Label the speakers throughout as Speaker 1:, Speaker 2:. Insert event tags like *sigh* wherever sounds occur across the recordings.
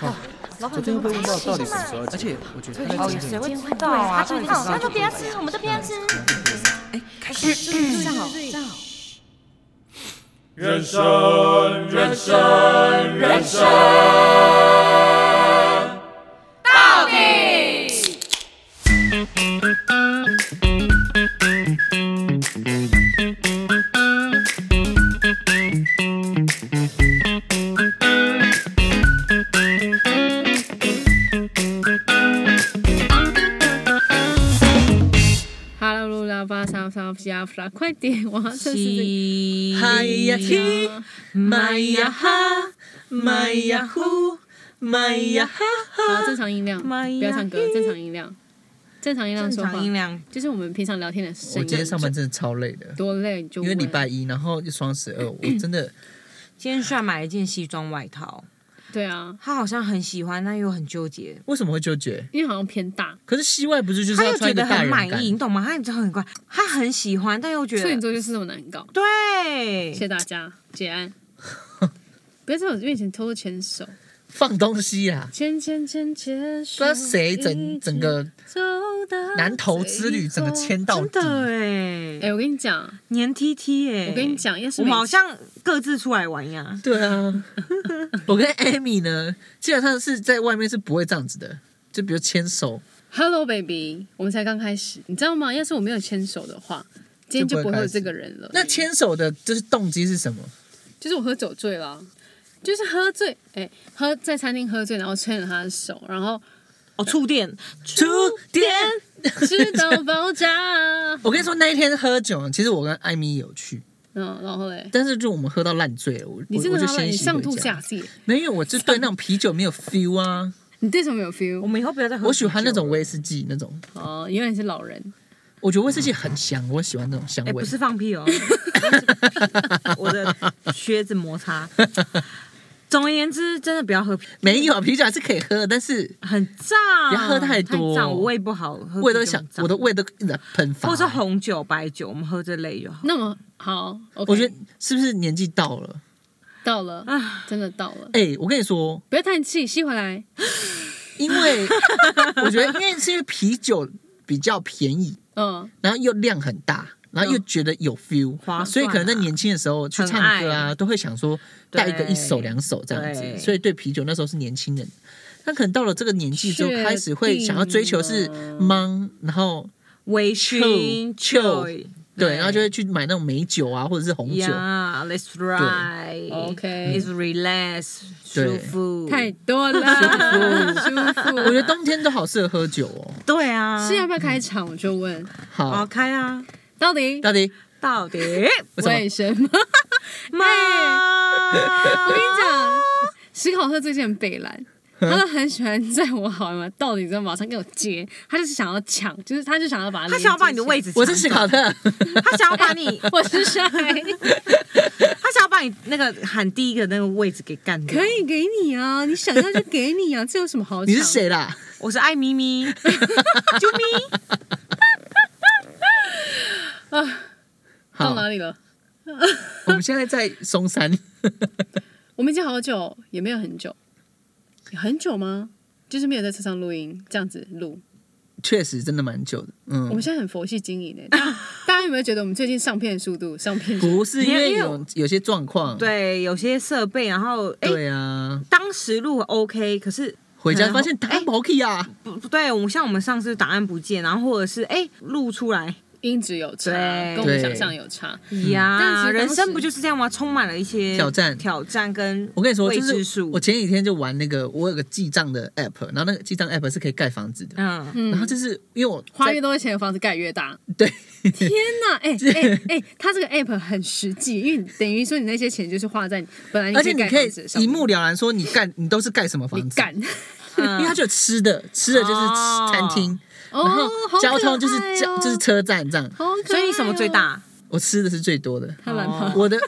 Speaker 1: 啊，
Speaker 2: 老板
Speaker 1: 昨天又被问到到底什么时候要
Speaker 3: 而
Speaker 1: 结
Speaker 3: 且
Speaker 1: 婚，
Speaker 3: 我觉得
Speaker 1: 对
Speaker 3: 他
Speaker 1: 他
Speaker 3: 在
Speaker 1: 已
Speaker 3: 今
Speaker 1: 经
Speaker 3: 天
Speaker 1: 谁
Speaker 2: 会
Speaker 4: 对
Speaker 2: 他
Speaker 4: 啊，到
Speaker 2: 一
Speaker 4: 底
Speaker 2: 定
Speaker 4: 什
Speaker 2: 知
Speaker 4: 么时候
Speaker 2: 道
Speaker 4: 那就不要吃，我们就不要吃。
Speaker 3: 开始。
Speaker 2: 这样哦，这样哦。
Speaker 5: 人生，人生，人生。
Speaker 6: 哈喽噜啦巴沙沙沙沙，快点，我要测试这个。
Speaker 3: 嗨哎呀踢，
Speaker 7: 嗯
Speaker 3: 迈呀哈，迈呀呼，迈呀哈
Speaker 6: 好，
Speaker 3: 哈。
Speaker 6: 正常音量，
Speaker 3: 妈呀
Speaker 6: 不要唱歌，正常音量，正常音量
Speaker 3: 正
Speaker 6: 说话
Speaker 3: 常，音量。
Speaker 6: 就是我们平常聊天的声
Speaker 7: 我
Speaker 6: 音。
Speaker 7: 今天上班真的超累的，
Speaker 6: 多累你就
Speaker 7: 因为
Speaker 6: 问
Speaker 7: 礼拜一，然后又双十二，我真的
Speaker 3: 今天虽然买了一件西装外套，
Speaker 6: 对啊，
Speaker 3: 他好像很喜欢，但又很纠结。
Speaker 7: 为什么会纠结？
Speaker 6: 因为好像偏大，
Speaker 7: 可是西外不是就是
Speaker 3: 他
Speaker 7: 要
Speaker 3: 又
Speaker 7: 穿
Speaker 3: 觉
Speaker 7: 一个
Speaker 3: 得
Speaker 7: 大
Speaker 3: 很
Speaker 7: 人
Speaker 3: 满
Speaker 7: 感？
Speaker 3: 意，你懂吗？他你知道很怪，他很喜欢，但又
Speaker 7: 啊
Speaker 3: 觉
Speaker 6: 处女
Speaker 3: 得
Speaker 6: 座就是这么难搞。
Speaker 3: 对
Speaker 6: 谢谢大家，结
Speaker 7: *laughs*
Speaker 6: 案。不要在我面前偷偷牵手，
Speaker 7: 放东西啊！
Speaker 6: 牵牵牵牵
Speaker 7: 不
Speaker 6: 手。
Speaker 7: 知道谁
Speaker 6: 一
Speaker 7: 整
Speaker 6: 起
Speaker 7: 整个
Speaker 6: 走到
Speaker 7: 南投之旅整个
Speaker 6: 牵。
Speaker 7: 签到
Speaker 3: 真
Speaker 7: 底，
Speaker 3: 的
Speaker 6: 哎、
Speaker 3: 哎，
Speaker 6: 我跟你讲，
Speaker 3: 黏 T T 哎，
Speaker 6: 我跟你，讲，要是
Speaker 3: 我
Speaker 6: 每
Speaker 3: 们好像各自出来玩呀。
Speaker 7: 对啊。我跟 Amy 呢，基本上是在外面是不会这样子的，就比如牵手，
Speaker 6: Hello baby，我们才刚开始，你知道吗？要是我没有牵手的话，今天就不会有这个人了。
Speaker 7: 那牵手的就是动机是什么？
Speaker 6: 就是我喝酒醉了啊，就是喝醉，哎、喝在餐厅喝醉，然后牵着他的手，然后
Speaker 3: 哦，触电，
Speaker 7: 触电。
Speaker 6: 吃到爆炸，
Speaker 7: *laughs* 我跟你说，那一天喝酒，其实我跟艾米有去，
Speaker 6: 嗯，然后嘞，
Speaker 7: 但是就我们喝到烂醉了，我
Speaker 6: 你
Speaker 7: 我
Speaker 6: 真
Speaker 7: 我就
Speaker 6: 的他妈
Speaker 7: 先
Speaker 6: 你
Speaker 7: 行
Speaker 6: 上
Speaker 7: 回
Speaker 6: 吐
Speaker 7: 家
Speaker 6: 下。泻，
Speaker 7: 没有，我就对那种啤酒没有 feel 啊，
Speaker 6: 你对什么有
Speaker 3: 我
Speaker 6: feel？
Speaker 3: 们以后不要再喝。
Speaker 7: 我喜欢那种，威士忌那种，
Speaker 6: 哦，原来你是老人，
Speaker 7: 我觉得威士忌很香，我喜欢那种香
Speaker 3: 哎，
Speaker 7: 味。
Speaker 3: 不是放屁哦， *laughs* 我的靴子摩擦。总而言之，真的不要喝啤，
Speaker 7: 没有啊啤酒还是可以喝，但是
Speaker 3: 很胀，
Speaker 7: 不要喝太多
Speaker 3: 胀我胃不好，喝
Speaker 7: 胃都
Speaker 3: 啤酒
Speaker 7: 想
Speaker 3: 很，胀
Speaker 7: 我的胃都一直在喷发。
Speaker 3: 或者是红酒、白酒，我们喝这类就好。
Speaker 6: 那么好，OK,
Speaker 7: 我觉得是不是年纪到了？
Speaker 6: 到了，
Speaker 3: 啊
Speaker 6: 真的到了，
Speaker 7: 哎、我跟你说，
Speaker 6: 不要叹气，吸回来，
Speaker 7: 因 *laughs* 为我觉得，因为是因为啤酒比较便宜，
Speaker 6: 嗯，
Speaker 7: 然后又量很大，然后又觉得有 feel，、
Speaker 3: 嗯划算啊
Speaker 7: 所以可能在年轻的时候去唱歌
Speaker 3: 很
Speaker 7: 啊，
Speaker 3: 爱
Speaker 7: 都会想说带一个
Speaker 3: 对
Speaker 7: 一手两手这样子
Speaker 3: 对，
Speaker 7: 所以对啤酒那时候是年轻人。但可能到了这个年纪之后，
Speaker 6: 确定
Speaker 7: 开始会想要追求是
Speaker 6: 了
Speaker 7: 忙，然后
Speaker 3: 微醺、
Speaker 7: 臭
Speaker 3: joy，
Speaker 7: 对，然后就会去买那种美酒啊，或者是红酒。
Speaker 3: Yeah, let's ride.
Speaker 6: OK
Speaker 3: It's relax，舒
Speaker 7: 对
Speaker 3: 服。
Speaker 6: 太多
Speaker 7: *laughs*
Speaker 6: 了，舒服，舒服，
Speaker 7: 我觉得冬天都好适合喝酒哦。
Speaker 3: 对啊，
Speaker 6: 是要不要开场？我就问，
Speaker 7: 好
Speaker 3: 好，开啊！
Speaker 6: 到底
Speaker 7: 到底
Speaker 3: 到
Speaker 6: *laughs*
Speaker 3: 底
Speaker 6: 哎
Speaker 7: 为什么
Speaker 6: 为什 *laughs* 么？
Speaker 3: 妈，
Speaker 6: 我跟你讲，史考特最近很
Speaker 7: *laughs*
Speaker 6: 北蓝，他都很喜欢在我好吗？到底在马上给我接，他就是想要抢，就是他就想要把
Speaker 3: 他想要把你的位
Speaker 6: 置，
Speaker 3: 置，
Speaker 7: 我是史考，特，
Speaker 3: 他想要把你，
Speaker 6: *laughs* 我是谁？
Speaker 3: 他想要把你那个喊第一个那个位置给干掉。
Speaker 6: 可，以给你啊，你想要就给你啊，这有什么好？
Speaker 7: *laughs* 你是？谁啦？
Speaker 3: 我是爱
Speaker 7: *laughs*
Speaker 3: 咪咪，啾咪。
Speaker 6: 到
Speaker 7: 好，
Speaker 6: 哪里了？
Speaker 7: 我们现在在松山，
Speaker 6: 我们已经好久也没有很久，很久吗？就是没有在车上录音，这样子录。
Speaker 7: 确实真的蛮久的。
Speaker 6: 我们
Speaker 7: 嗯，
Speaker 6: 现在很佛系经营欸的，
Speaker 3: *laughs*
Speaker 6: 大家大家有没有觉得我们最近上片速度上片速度？
Speaker 7: 不是因为
Speaker 3: 因为
Speaker 7: 有有些状况，
Speaker 3: 对，有些设备，然后哎，
Speaker 7: 对啊，
Speaker 3: 当时录 OK，可是
Speaker 7: 回
Speaker 3: 可
Speaker 7: 家
Speaker 3: 能
Speaker 7: 发现答案
Speaker 3: 哎
Speaker 7: 毛 key 啊，
Speaker 3: 不不对，我们像我们上次答案不见，然后或者是哎录出来
Speaker 6: 音质有差，
Speaker 3: 对
Speaker 6: 跟我们
Speaker 7: 对
Speaker 6: 想象有差。
Speaker 7: 嗯
Speaker 6: 但其
Speaker 3: 呀，
Speaker 6: 实当
Speaker 3: 人
Speaker 6: 时
Speaker 3: 生不就是这样吗？充满了一些
Speaker 7: 挑战
Speaker 3: 挑战跟
Speaker 7: 我跟你说，
Speaker 3: 未知
Speaker 7: 就是
Speaker 3: 数。
Speaker 7: 我前几天就玩那个，我有个记账的 app，然后那个记账 app 是可以盖房子的。
Speaker 3: 嗯，
Speaker 7: *laughs*
Speaker 6: 嗯
Speaker 7: 然后就是因为我在
Speaker 6: 花越多钱的房子盖越大。
Speaker 7: 对，
Speaker 6: 天哪，
Speaker 7: *laughs*
Speaker 6: 哎哎哎，它这个 app 很实际，因为等于说你那些钱就是花在你本来
Speaker 7: 而且
Speaker 6: 你
Speaker 7: 你
Speaker 6: 可
Speaker 7: 可
Speaker 6: 以
Speaker 7: 以一目了然说你盖你都是盖什么
Speaker 6: 你
Speaker 7: 房子，
Speaker 6: 干
Speaker 7: 因
Speaker 3: 嗯
Speaker 7: 为它就有吃的，吃的就是
Speaker 3: 哦
Speaker 7: 吃餐厅，
Speaker 6: *laughs* 哦
Speaker 7: 然后，
Speaker 6: 好可
Speaker 7: 交通就是
Speaker 6: 爱
Speaker 7: 交
Speaker 6: 哦
Speaker 7: 就是，车站这样。
Speaker 6: 好可爱哦
Speaker 3: 所以你什么最？大？
Speaker 7: 我吃的是最多的，哦
Speaker 6: 他懒胖，
Speaker 7: 我的， *laughs*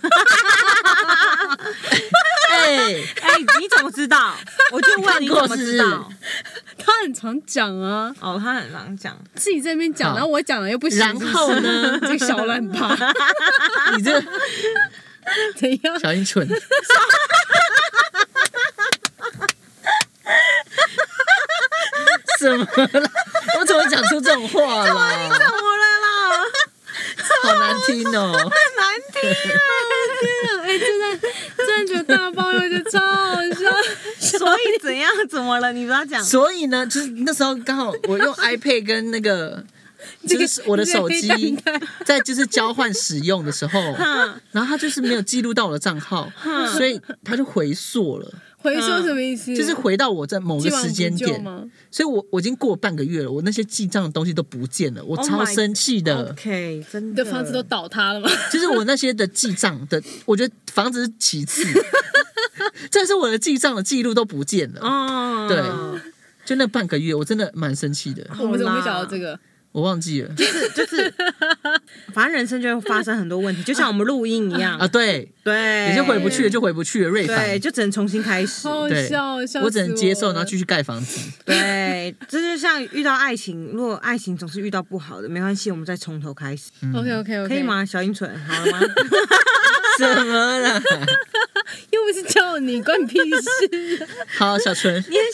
Speaker 7: 哎，
Speaker 3: 哎，你怎么知道？我就问你怎么知
Speaker 7: 看
Speaker 3: 道
Speaker 7: 过？
Speaker 6: 他很常讲啊，
Speaker 3: 哦，他很常讲，
Speaker 6: 自己在那边讲，
Speaker 7: 好
Speaker 6: 然后我讲了又不行，
Speaker 7: 然后呢
Speaker 6: 是不是 *laughs* 这个小懒
Speaker 7: *laughs*
Speaker 6: 趴，
Speaker 7: 你这
Speaker 6: *laughs* 怎样？
Speaker 7: 小阴蠢， *laughs* 什么啦？我怎么讲出这种话啦？
Speaker 3: 怎么了
Speaker 7: *laughs*
Speaker 3: 啦？
Speaker 7: 好难听哦！
Speaker 3: 难听啊！
Speaker 6: 哎，真的，真的觉得大包有点超好笑。
Speaker 7: *laughs*
Speaker 3: 所以怎样？怎么了？你不要讲。
Speaker 7: 所以呢，就是那时候刚好我用 iPad 跟那 *laughs* 个。
Speaker 6: 这个
Speaker 7: 就是我的手
Speaker 6: 这个黑
Speaker 7: 机
Speaker 6: 蛋蛋
Speaker 7: 在就是交换使用的时候， *laughs*
Speaker 3: 嗯
Speaker 7: 然后他就是没有记录到我的账号，所以他就回溯了，
Speaker 6: 回收什么意思？
Speaker 7: 嗯就是回到我在某个
Speaker 6: 既往
Speaker 7: 时间
Speaker 6: 不咎
Speaker 7: 点，
Speaker 6: 吗？
Speaker 7: 所以我我已经过半个月了，我那些记账的东西都不见了，我
Speaker 3: Oh
Speaker 7: 超
Speaker 3: my-
Speaker 7: 生气的。
Speaker 3: OK，真
Speaker 6: 你
Speaker 3: 的。
Speaker 6: 的房子都倒塌了吗？
Speaker 7: 就是我那些的记账的， *laughs* 我觉得房子是其次， *laughs* 但是我的记账的记录都不见了。
Speaker 3: 哦，
Speaker 7: 对就那半个月，我真的蛮生气的，
Speaker 6: 我们怎么会讲到这个？
Speaker 7: 我忘记
Speaker 3: *laughs*
Speaker 7: 了
Speaker 3: 反正人生就会发生很多问题，就像我们录音一样
Speaker 7: 啊。，对，
Speaker 3: 对，
Speaker 7: 也就回不去了，就回不去了，瑞
Speaker 3: 对，
Speaker 7: 凡。
Speaker 3: 就只能重新开始。
Speaker 6: 好
Speaker 7: 对
Speaker 6: 笑，笑死
Speaker 7: 我只能接受，
Speaker 6: 了
Speaker 7: 然后继续盖房子。
Speaker 3: 对，这就像遇到爱情，如果爱情总是遇到不好的，没关系，我们再从头开始，
Speaker 6: OK OK OK，
Speaker 3: 可以？吗？小阴唇，好了
Speaker 7: *laughs*
Speaker 3: 吗？
Speaker 7: 怎么了？
Speaker 6: 又不是叫你，关你屁事！
Speaker 7: 好，小纯，
Speaker 3: *laughs* 你很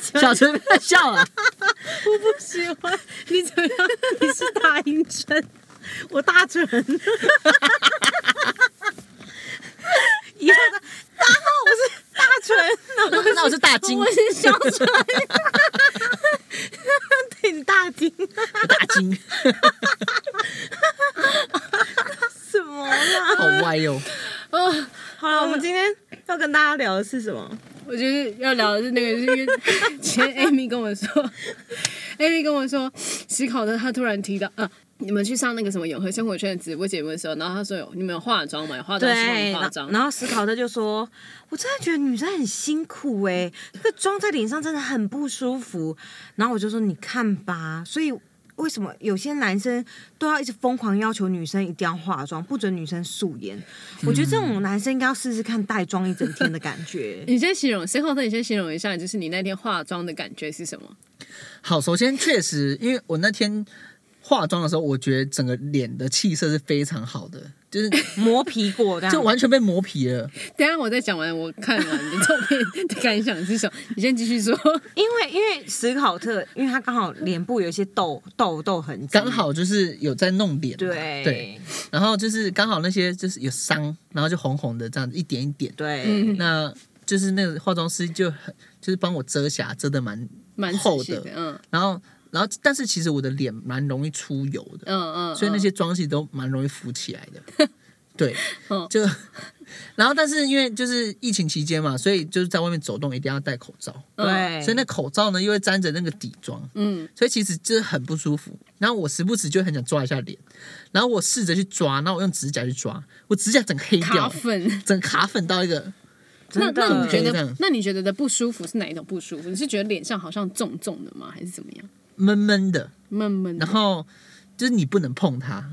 Speaker 3: 喜欢，
Speaker 7: *laughs* 小纯不要笑
Speaker 3: *laughs*
Speaker 7: 啊！
Speaker 6: 我不喜欢，你怎么样？你是大阴唇，
Speaker 3: 我
Speaker 7: *laughs*
Speaker 3: 大唇。以后的大后我是大唇，
Speaker 7: 那我是大金，
Speaker 6: 我是小唇，
Speaker 3: 对你大金
Speaker 7: 大金，
Speaker 3: 什么啦？
Speaker 7: 好歪哦。
Speaker 6: 哦，
Speaker 3: 好了，我们今天要跟大家聊的是什么？
Speaker 6: 我就是要聊的是那个，是因为 *laughs* 前 Amy 跟我说，Amy 哎跟我说，思考的他突然提到，啊，你们去上那个什么永和生活圈的直播节目的时候，然后他说有你们有化妆吗？有化妆师帮你化
Speaker 3: 然
Speaker 6: 妆，
Speaker 3: 然后思考特就说：“我真的觉得女生很辛苦哎、这个妆在脸上真的很不舒服。”然后我就说：“你看吧，所以为什么有些男生都要一直疯狂要求女生一定要化妆，不准女生素颜？我觉得这种男生应该要试试看带妆一整天的感
Speaker 6: *laughs*
Speaker 3: 觉。
Speaker 6: 你先形容，先后特你先形容一下，就是你那天化妆的感觉是什么？ *laughs*
Speaker 7: 好，首先确实，因为我那天化妆的时候，我觉得整个脸的气色是非常好的，
Speaker 3: *laughs*
Speaker 7: 就是
Speaker 3: 磨皮过这样，
Speaker 7: 就完全被磨皮了。
Speaker 6: 等一下我再讲完我看完你的照片的感想是什么，你先继续说。
Speaker 3: 因为因为史考特，因为他刚好脸部有一些痘痘痘痕迹，
Speaker 7: 刚好就是有在弄脸嘛，
Speaker 3: 对
Speaker 7: 对，然后就是刚好那些就是有伤，然后就红红的这样子一点一点，
Speaker 3: 对。
Speaker 6: 嗯，
Speaker 7: 那就是那个化妆师就很就是帮我遮瑕，遮的蛮，
Speaker 6: 蛮
Speaker 7: 厚
Speaker 6: 仔细
Speaker 7: 的
Speaker 6: 的，嗯
Speaker 7: 然后然后但是其实我的脸蛮容易出油的，
Speaker 6: 嗯嗯，
Speaker 7: 所以那些妆系都蛮容易浮起来
Speaker 3: *laughs*
Speaker 7: 的，对
Speaker 3: 哦
Speaker 6: 嗯，
Speaker 7: 就然后但是因为就是疫情期间嘛，所以就是在外面走动一定要戴口罩，
Speaker 6: 嗯
Speaker 3: 对，
Speaker 7: 所以那口罩呢又会沾着那个底妆，
Speaker 6: 嗯，
Speaker 7: 所以其实就是很不舒服。然后我时不时就很想抓一下脸，然后我试着去抓，然后我用指甲去抓，我指甲整个黑
Speaker 6: 卡
Speaker 7: 掉， *laughs*
Speaker 6: 粉。
Speaker 7: 整个卡粉到一个，
Speaker 6: 那
Speaker 3: 真的
Speaker 6: 那你觉
Speaker 7: 可以这样
Speaker 6: 得，那你觉得的不舒服是哪一种不舒服？你是觉得脸上好像重重的吗？还是怎么样？
Speaker 7: 闷闷的，
Speaker 6: 闷闷的
Speaker 7: 然后嗯就是你不能碰它。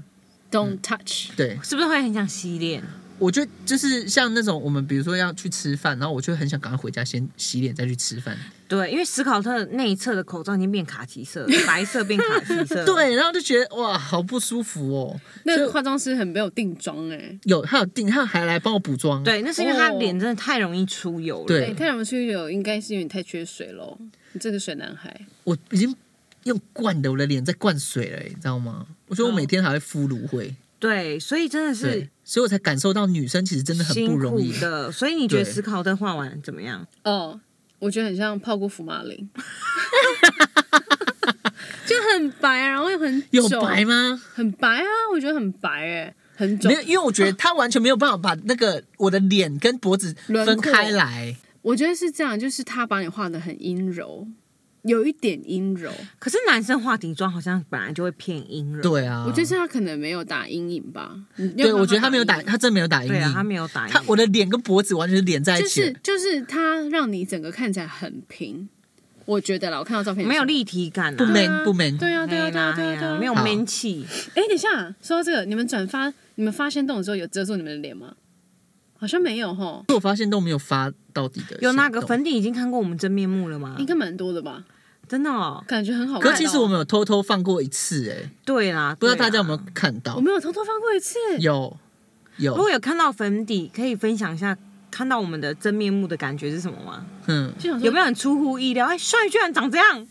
Speaker 6: ，Don't touch。
Speaker 7: 对，
Speaker 3: 是不是会很想洗脸？
Speaker 7: 我觉得就是像那种我们比如说要去吃饭，然后我就很想赶快回家先洗脸再去吃饭。
Speaker 3: 对，因为史考特内侧的口罩已经变卡其色了，
Speaker 6: *laughs*
Speaker 3: 白色变卡其
Speaker 6: 嗯
Speaker 3: 色。，
Speaker 7: 对，然后就觉得哇，好不舒服哦。
Speaker 6: 那
Speaker 7: 所以
Speaker 6: 个化妆师很没有定妆哎，
Speaker 7: 有他有定，他还来帮我补妆。
Speaker 3: 对，那是因为他脸真的太容易出油了。
Speaker 7: 对
Speaker 6: 哎，太阳出油应该是因为你太缺水喽，你这个水男孩。
Speaker 7: 我已经用灌的，我的脸在灌水了，你知道吗？我
Speaker 6: 嗯
Speaker 7: 觉得我每天还会敷芦荟，
Speaker 3: 对所以真的是
Speaker 7: 对，所以我才感受到女生其实真的很不
Speaker 3: 辛
Speaker 7: 容
Speaker 3: 苦
Speaker 7: 易。
Speaker 3: 的。所以你觉得
Speaker 7: 对
Speaker 3: 史考特画完怎么样？
Speaker 6: 哦，我觉得很像泡过福马林， *laughs* 就很白，啊然后又很
Speaker 7: 有
Speaker 6: 肿
Speaker 7: 白吗？
Speaker 6: 很白啊，我觉得很白哎，很肿
Speaker 7: 没有，。因为我觉得她完全没有办法把那个我的脸跟脖子分开来。
Speaker 6: 我觉得是这样，就是他把你画的很阴柔，有一点阴柔。
Speaker 3: 可是男生画底妆好像本来就会偏阴柔。
Speaker 7: 对啊，
Speaker 6: 我觉得是他可能没有打阴影吧。
Speaker 7: 对，
Speaker 6: 对
Speaker 7: 我觉得她没有打，她真的没有打阴
Speaker 3: 对啊，他
Speaker 7: 影。
Speaker 3: 没有打印。
Speaker 7: 她我的脸跟脖子完全是连在一
Speaker 6: 就
Speaker 7: 起
Speaker 6: 是
Speaker 7: 的，
Speaker 6: 就是他让你整个看起来很平。我觉得啦，我看到照片
Speaker 3: 没有
Speaker 6: 力，
Speaker 3: 立体感、啊，
Speaker 7: 不
Speaker 6: 对
Speaker 7: man
Speaker 6: 啊
Speaker 7: 不 man。
Speaker 6: 对啊对啊
Speaker 3: 哎
Speaker 6: 对啊对啊
Speaker 3: 呀
Speaker 6: 对啊，
Speaker 3: 没有
Speaker 7: 好
Speaker 3: man 气。
Speaker 6: 哎，等一下，说到这个，你们转发你们发现动的时候有遮住你们的脸吗？好像没有吼，
Speaker 7: 我发现都没有发到底的。
Speaker 3: 有那个粉底已经看过我们真面目了吗
Speaker 6: 应？该蛮多的吧？
Speaker 3: 真
Speaker 6: 真
Speaker 3: 的哦，
Speaker 6: 感觉很好
Speaker 7: 可
Speaker 6: 看哦。
Speaker 7: 是其实我们有偷偷放过一次、哎，
Speaker 3: 对啦，
Speaker 7: 不知道
Speaker 3: 对啊
Speaker 7: 大家有
Speaker 3: 啦
Speaker 7: 没有看到
Speaker 6: 啊我？没有偷偷放过一次，
Speaker 7: 有有
Speaker 3: 如果有看到粉底，可以分享一下看到我们的真面目的感觉是什么吗？
Speaker 7: 嗯，
Speaker 6: 就想说
Speaker 3: 有没有很出乎意料？哎，帅居然长这 *laughs* 样啊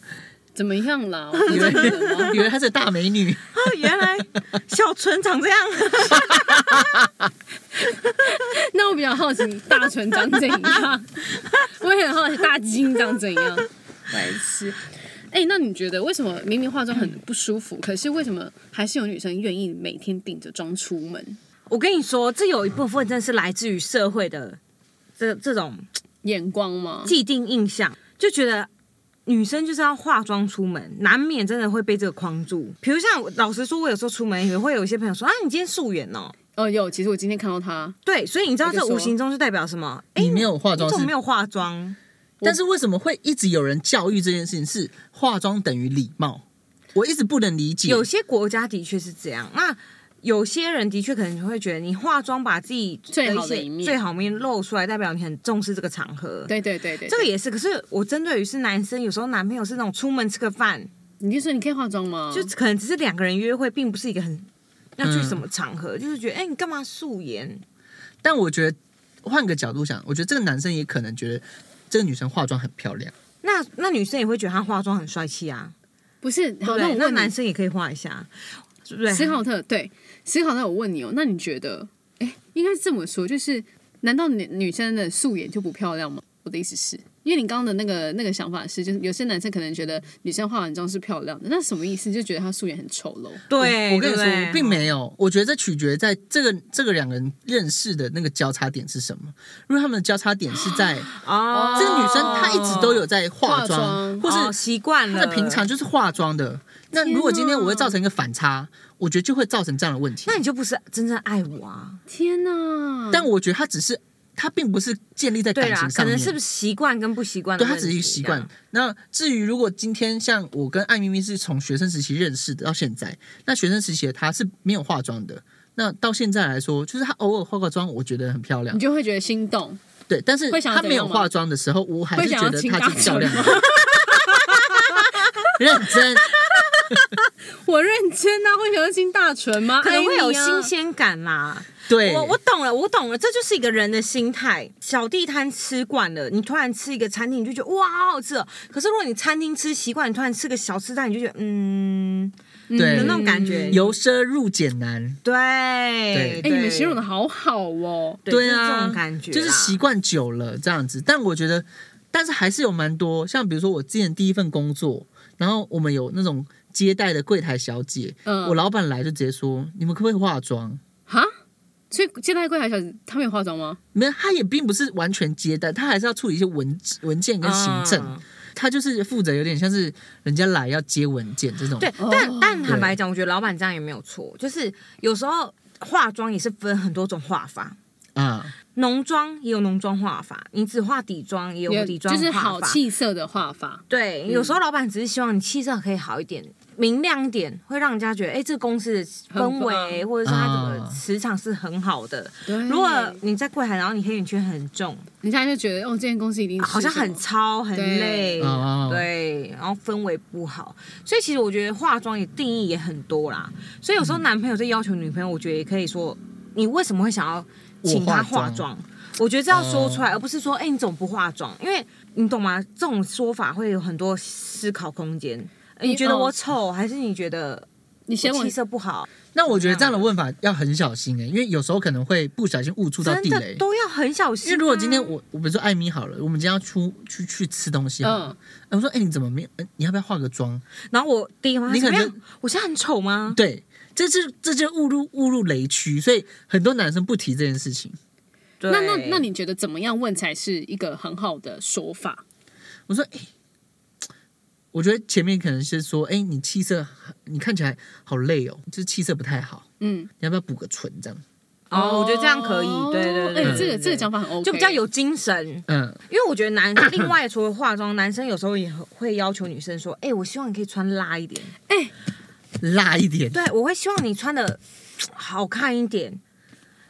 Speaker 6: 怎么样
Speaker 3: *laughs*
Speaker 6: 啦？我觉得
Speaker 7: 以为她 *laughs* 是大美女，
Speaker 3: 啊！原来小纯长这样，
Speaker 6: *laughs* 那我比较好奇大唇长怎样，我也很好奇大金长怎样。白痴。哎、那你觉得为什么明明化妆很不舒服，可是为什么还是有女生愿意每天顶着妆出门？
Speaker 3: *laughs* 我跟你说，这有一部分真的是来自于社会的这这种
Speaker 6: 眼光吗？
Speaker 3: 既定印象，就觉得女生就是要化妆出门，难免真的会被这个框住。比如像我老实说，我有时候出门也会有一些朋友说啊，你今天素颜哦。
Speaker 6: 哦，有，其实我今天看到她，
Speaker 3: 对，所以你知道
Speaker 6: 我就
Speaker 3: 这
Speaker 6: 说
Speaker 3: 无形中就代表什么？哎、
Speaker 7: 你没有化
Speaker 3: 你
Speaker 7: 妆
Speaker 3: 怎
Speaker 7: 是
Speaker 3: 么没有化妆？
Speaker 7: 但是为什么会一直有人教育这件事情是化妆等于礼貌？我一直不能理解。
Speaker 3: 有些国家的确是这样，那有些人的确可能会觉得你化妆把自己
Speaker 6: 最
Speaker 3: 的
Speaker 6: 好的
Speaker 3: 些
Speaker 6: 一面
Speaker 3: 最好面露出来，代表你很重视这个场合。，
Speaker 6: 对对对对，
Speaker 3: 这个
Speaker 6: 也，
Speaker 3: 也是。可是我针对于是男生，有时候男朋友是那种出门吃个饭，
Speaker 7: 嗯
Speaker 6: 你就说你可以化妆吗？
Speaker 3: 就可能只是两个人约会，并不是一个很要去什么场
Speaker 7: 嗯
Speaker 3: 合，就是觉得哎、你干嘛素颜？
Speaker 7: 但我觉得换个角度想，我觉得这个男生也可能觉得这个女生化妆很漂亮。
Speaker 3: 那那女生也会觉得她化妆很帅气啊，
Speaker 6: 不是，
Speaker 3: 对
Speaker 6: 好，
Speaker 3: 不
Speaker 6: 那
Speaker 3: 对
Speaker 6: 我？
Speaker 3: 那
Speaker 6: 问
Speaker 3: 男
Speaker 6: 你，
Speaker 3: 生也可以化一下，对
Speaker 7: 嗯
Speaker 3: 不对？
Speaker 6: 斯考特，对，斯考特，我问你哦，那你觉得，哎，应该是这么说，就是难道女女生的素颜就不漂亮吗？我的意思是，因为你刚刚的那个那个想法是，就是有些男生可能觉得女生化完妆是漂亮的，那什么意思？就觉得她素颜很丑陋。
Speaker 3: 对，
Speaker 7: 我跟你
Speaker 3: 对不对
Speaker 7: 说，并没有。我觉得这取决在这个这个两个人认识的那个交叉点是什么。如果他们的交叉点是在
Speaker 3: 哦，
Speaker 7: 这个女生她一直都有在化妆，
Speaker 6: 化妆
Speaker 7: 或
Speaker 3: 哦
Speaker 7: 是
Speaker 3: 习惯
Speaker 7: 她
Speaker 3: 了，
Speaker 7: 的平常。就是化妆的，那如果今天我会造成一个反差，我觉得就会造成这样的问题
Speaker 3: 那。你就不是真正爱我啊！
Speaker 6: 天哪！
Speaker 7: 但我觉得她只是她并不是建立在感
Speaker 3: 嗯对啦
Speaker 7: 情，上
Speaker 3: 可
Speaker 7: 面，
Speaker 3: 能是不是习惯跟不习惯的
Speaker 7: 对
Speaker 3: 问
Speaker 7: 他
Speaker 3: 题？啊
Speaker 7: 只是一个习惯。那至于如果今天像我跟艾咪咪是从学生时期认识的到现在，那学生时期的她是没有化妆的。那到现在来说，就是她偶尔化个妆，我觉得很漂亮
Speaker 3: 嗯
Speaker 6: 你。就会觉得心动，
Speaker 7: 对，但是
Speaker 6: 会想要
Speaker 7: 她没有
Speaker 6: 怎样吗
Speaker 7: 化妆的时候，我还
Speaker 6: 会
Speaker 7: 是
Speaker 6: 想
Speaker 7: 觉
Speaker 6: 要
Speaker 7: 得
Speaker 6: 亲
Speaker 7: 她
Speaker 6: 大
Speaker 7: 挺漂
Speaker 6: 嘴
Speaker 7: 亮
Speaker 6: 吗 *laughs*
Speaker 7: 的。？
Speaker 3: *laughs*
Speaker 7: 认真，
Speaker 6: 我认真啊，会想要亲大唇吗？
Speaker 3: 可能会有
Speaker 6: 艾米啊
Speaker 3: 新鲜感啦。
Speaker 7: 对，
Speaker 3: 我我懂了，我懂了，这就是一个人的心态。小地摊吃惯了，你突然吃一个餐厅，你就觉得哇，好好吃哦。可是如果你餐厅吃习惯，你突然吃个小吃摊，你就觉得嗯的
Speaker 7: 对嗯
Speaker 3: 那种感觉。
Speaker 7: 由奢入俭难。
Speaker 3: 对，
Speaker 7: 对
Speaker 6: 哎、你们形容的好好哦。
Speaker 3: 对
Speaker 7: 对
Speaker 3: 就是这
Speaker 7: 啊，
Speaker 3: 种感觉啦，
Speaker 7: 就是习惯久了这样子。但我觉得，但是还是有蛮多，像比如说我之前第一份工作，然后我们有那种接待的柜台小姐，
Speaker 6: 嗯
Speaker 7: 我老板来就直接说：“你们可不可以化妆
Speaker 6: 哈，所以接待柜台小姐她没有化妆吗？？”
Speaker 7: 没有，他也并不是完全接待，他还是要处理一些文文件跟行政，
Speaker 3: 嗯
Speaker 7: 他就是负责有点像是人家来要接文件这种。
Speaker 3: 对，但
Speaker 6: 哦
Speaker 3: 但坦白讲，我觉得老板这样也没有错，就是有时候化妆也是分很多种化法。
Speaker 7: 啊、
Speaker 3: 浓妆也有浓妆化法，你只化底妆也有
Speaker 6: 也
Speaker 3: 底妆
Speaker 6: 就
Speaker 3: 化法，
Speaker 6: 是好气嗯色的画法。
Speaker 3: 对，有时候老板只是希望你气色可以好一点、明亮一点，会让人家觉得，哎、这个公司的氛围
Speaker 6: 很
Speaker 3: 或者是它整
Speaker 7: 啊
Speaker 3: 个磁场是很好的。
Speaker 6: 对
Speaker 3: 如果你在柜台，然后你黑眼圈很重，
Speaker 6: 人家就觉得哦，这间公司一定是
Speaker 3: 啊好像很
Speaker 6: 什么
Speaker 3: 超、很累，
Speaker 7: 哦
Speaker 3: 对，然后氛围不好，所以其实我觉得化妆也定义也很多啦。所以有时候男朋友在要求女朋友，我觉得也可以说，你为什么会想要请她
Speaker 7: 我化
Speaker 3: 化
Speaker 7: 妆
Speaker 3: 妆？我觉得这要说
Speaker 7: 嗯
Speaker 3: 出来，而不是说，哎、你怎么不化妆？因为你懂吗？这种说法会有很多思考空间。哎你觉得我丑，还是你觉得
Speaker 6: 你嫌
Speaker 3: 我
Speaker 6: 我
Speaker 3: 气色不好？
Speaker 7: 那我觉得这样的问法要很小心哎、因为有时候可能会不小心误触到
Speaker 3: 真
Speaker 7: 地
Speaker 3: 的
Speaker 7: 雷。
Speaker 3: 都要很小心啊、
Speaker 7: 因为如果今天我，我比如说艾米好了，我们今天要出去去吃东西好了，
Speaker 6: 嗯，
Speaker 7: 哎我说，哎、你怎么没有？哎你要不要化个妆？
Speaker 3: 然后我第一个问他
Speaker 7: 你
Speaker 3: 怎
Speaker 7: 可
Speaker 3: 么
Speaker 7: 能
Speaker 3: 样？哎我现在很丑吗？
Speaker 7: 对，这是这就误入误入雷区，所以很多男生不提这件事情。
Speaker 3: 对
Speaker 6: 那那那你觉得怎么样问才是一个很好的说法？
Speaker 7: 我说，哎、我觉得前面可能是说，哎、你气色，你看起来好累哦，就是气色不太好，
Speaker 6: 嗯，
Speaker 7: 你要不要补个唇这样？
Speaker 3: 哦，我觉得这样可以，对对对对，
Speaker 6: 哎这个
Speaker 3: 对对
Speaker 6: 这个讲法很 OK，
Speaker 3: 就比较有精神。
Speaker 7: 嗯，
Speaker 3: 因为我觉得 *coughs* 男，另外除了化妆，男生有时候也会要求女生说：“哎、我希望你可以穿辣一点。
Speaker 7: 辣一点”，
Speaker 3: 对，我会希望你穿的好看一点，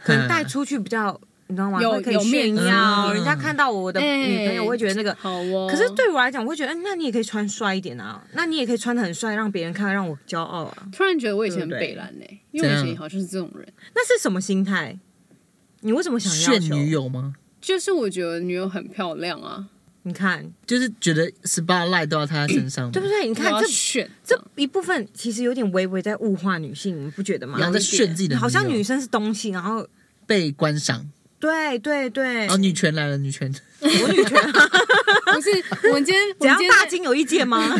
Speaker 3: 可能带出去比较，你知道吗？
Speaker 6: 有
Speaker 3: 会可以
Speaker 6: 有面
Speaker 3: 炫
Speaker 6: 子
Speaker 3: 耀，
Speaker 7: 嗯
Speaker 3: 人家看到我的
Speaker 6: 哎
Speaker 3: 女朋友会觉得那个。
Speaker 6: 好哦。
Speaker 3: 可是对我来讲，我会觉得，嗯，那你也可以穿帅一点啊，那你也可以穿的很帅，让别人看，让我骄傲啊。
Speaker 6: 突然觉得我以前很
Speaker 3: 对不对
Speaker 6: 北蓝呢、欸因为我以
Speaker 7: 怎
Speaker 6: 前
Speaker 7: 样
Speaker 6: 好像是这种人，
Speaker 3: 那是什么心态？你为什么想要
Speaker 7: 炫
Speaker 3: 求？
Speaker 7: 女友吗？
Speaker 6: 就是我觉得女友很漂亮啊，
Speaker 3: 你看
Speaker 7: 就是觉得 spotlight 都要他在身上，
Speaker 3: 对不？对？你看
Speaker 6: 我要
Speaker 3: 这
Speaker 6: 选
Speaker 3: 这一部分其实有点微微在物化女性，你们不觉得吗？
Speaker 7: 然后在炫自己的友，
Speaker 3: 好像女生是东西，然后
Speaker 7: 被观赏，
Speaker 3: 对
Speaker 7: *laughs*
Speaker 3: 对对，
Speaker 7: 然后
Speaker 3: *laughs*
Speaker 7: 女权来了，女权
Speaker 3: 我女权啊，
Speaker 6: 不是我们今天我
Speaker 3: 怎
Speaker 6: 们
Speaker 3: 样
Speaker 6: 今天
Speaker 3: 大
Speaker 6: 在
Speaker 3: 金有意见吗？
Speaker 6: *laughs*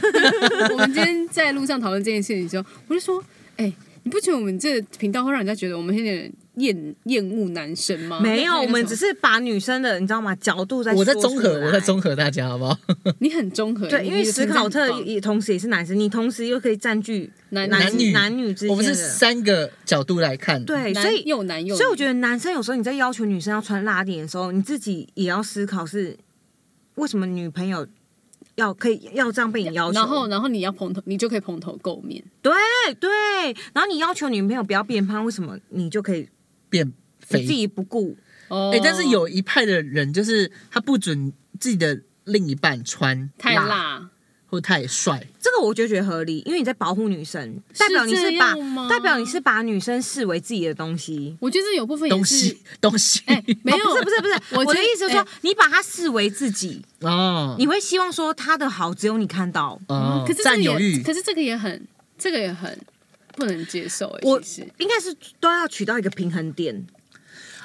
Speaker 6: 我们今天在路上讨论这件事情的时候，我就说，哎、你不觉得我们这个频道会让人家觉得我们有点厌厌恶男生吗？
Speaker 3: 没有，我们只
Speaker 6: 是
Speaker 3: 是把女生的你知道吗角度在
Speaker 7: 我在
Speaker 3: 在
Speaker 7: 综合，我在综合大家好不好？
Speaker 6: 你很综合，
Speaker 3: 对，
Speaker 6: 你
Speaker 3: 因为
Speaker 6: 你的
Speaker 3: 史
Speaker 6: 存在
Speaker 3: 考
Speaker 6: 很
Speaker 3: 特
Speaker 6: 棒
Speaker 3: 也同时也是男生，你同时又可以占据
Speaker 6: 男
Speaker 3: 男
Speaker 7: 女
Speaker 3: 男女之
Speaker 7: 我
Speaker 3: 间
Speaker 7: 们是
Speaker 3: 的。
Speaker 7: 三个角度来看，，
Speaker 3: 对，所
Speaker 6: 男
Speaker 3: 以
Speaker 6: 又男又女，
Speaker 3: 所以我觉得男生有时候你在要求女生要穿辣点的时候，你自己也要思考是为什么女朋友要可以要这样被你要求，
Speaker 6: 然后然后你要蓬头，你就可以蓬头垢面，
Speaker 3: 对对，然后你要求女朋友不要变胖，为什么你就可以
Speaker 7: 变
Speaker 3: 你
Speaker 7: 肥
Speaker 3: 自己不顾？
Speaker 6: 哦
Speaker 7: 哎、但是有一派的人就是他不准自己的另一半穿
Speaker 6: 太辣，
Speaker 7: 或太帅，
Speaker 3: 这个我就觉得合理，因为你在保护女生，代表你
Speaker 6: 这
Speaker 3: 是把
Speaker 6: 样吗
Speaker 3: 代表你是把女生视为自己的东西。哦
Speaker 6: 我觉得有部分也
Speaker 7: 东
Speaker 6: 是
Speaker 7: 西，东西， *laughs*
Speaker 6: 哎、没有、
Speaker 3: 不是不是不是，
Speaker 6: 我
Speaker 3: 我的
Speaker 6: 觉
Speaker 3: 意思是说，
Speaker 6: 哎
Speaker 3: 你把她视为自己，
Speaker 7: 哦，
Speaker 3: 你会希望说她的好只有你看到。
Speaker 7: 哦，
Speaker 6: 可是这个
Speaker 7: 占有
Speaker 6: 也
Speaker 7: 欲
Speaker 6: 可是这个也很这个也很不能接受、哎，
Speaker 3: 我
Speaker 6: 其实
Speaker 3: 应该是都要取到一个平衡点，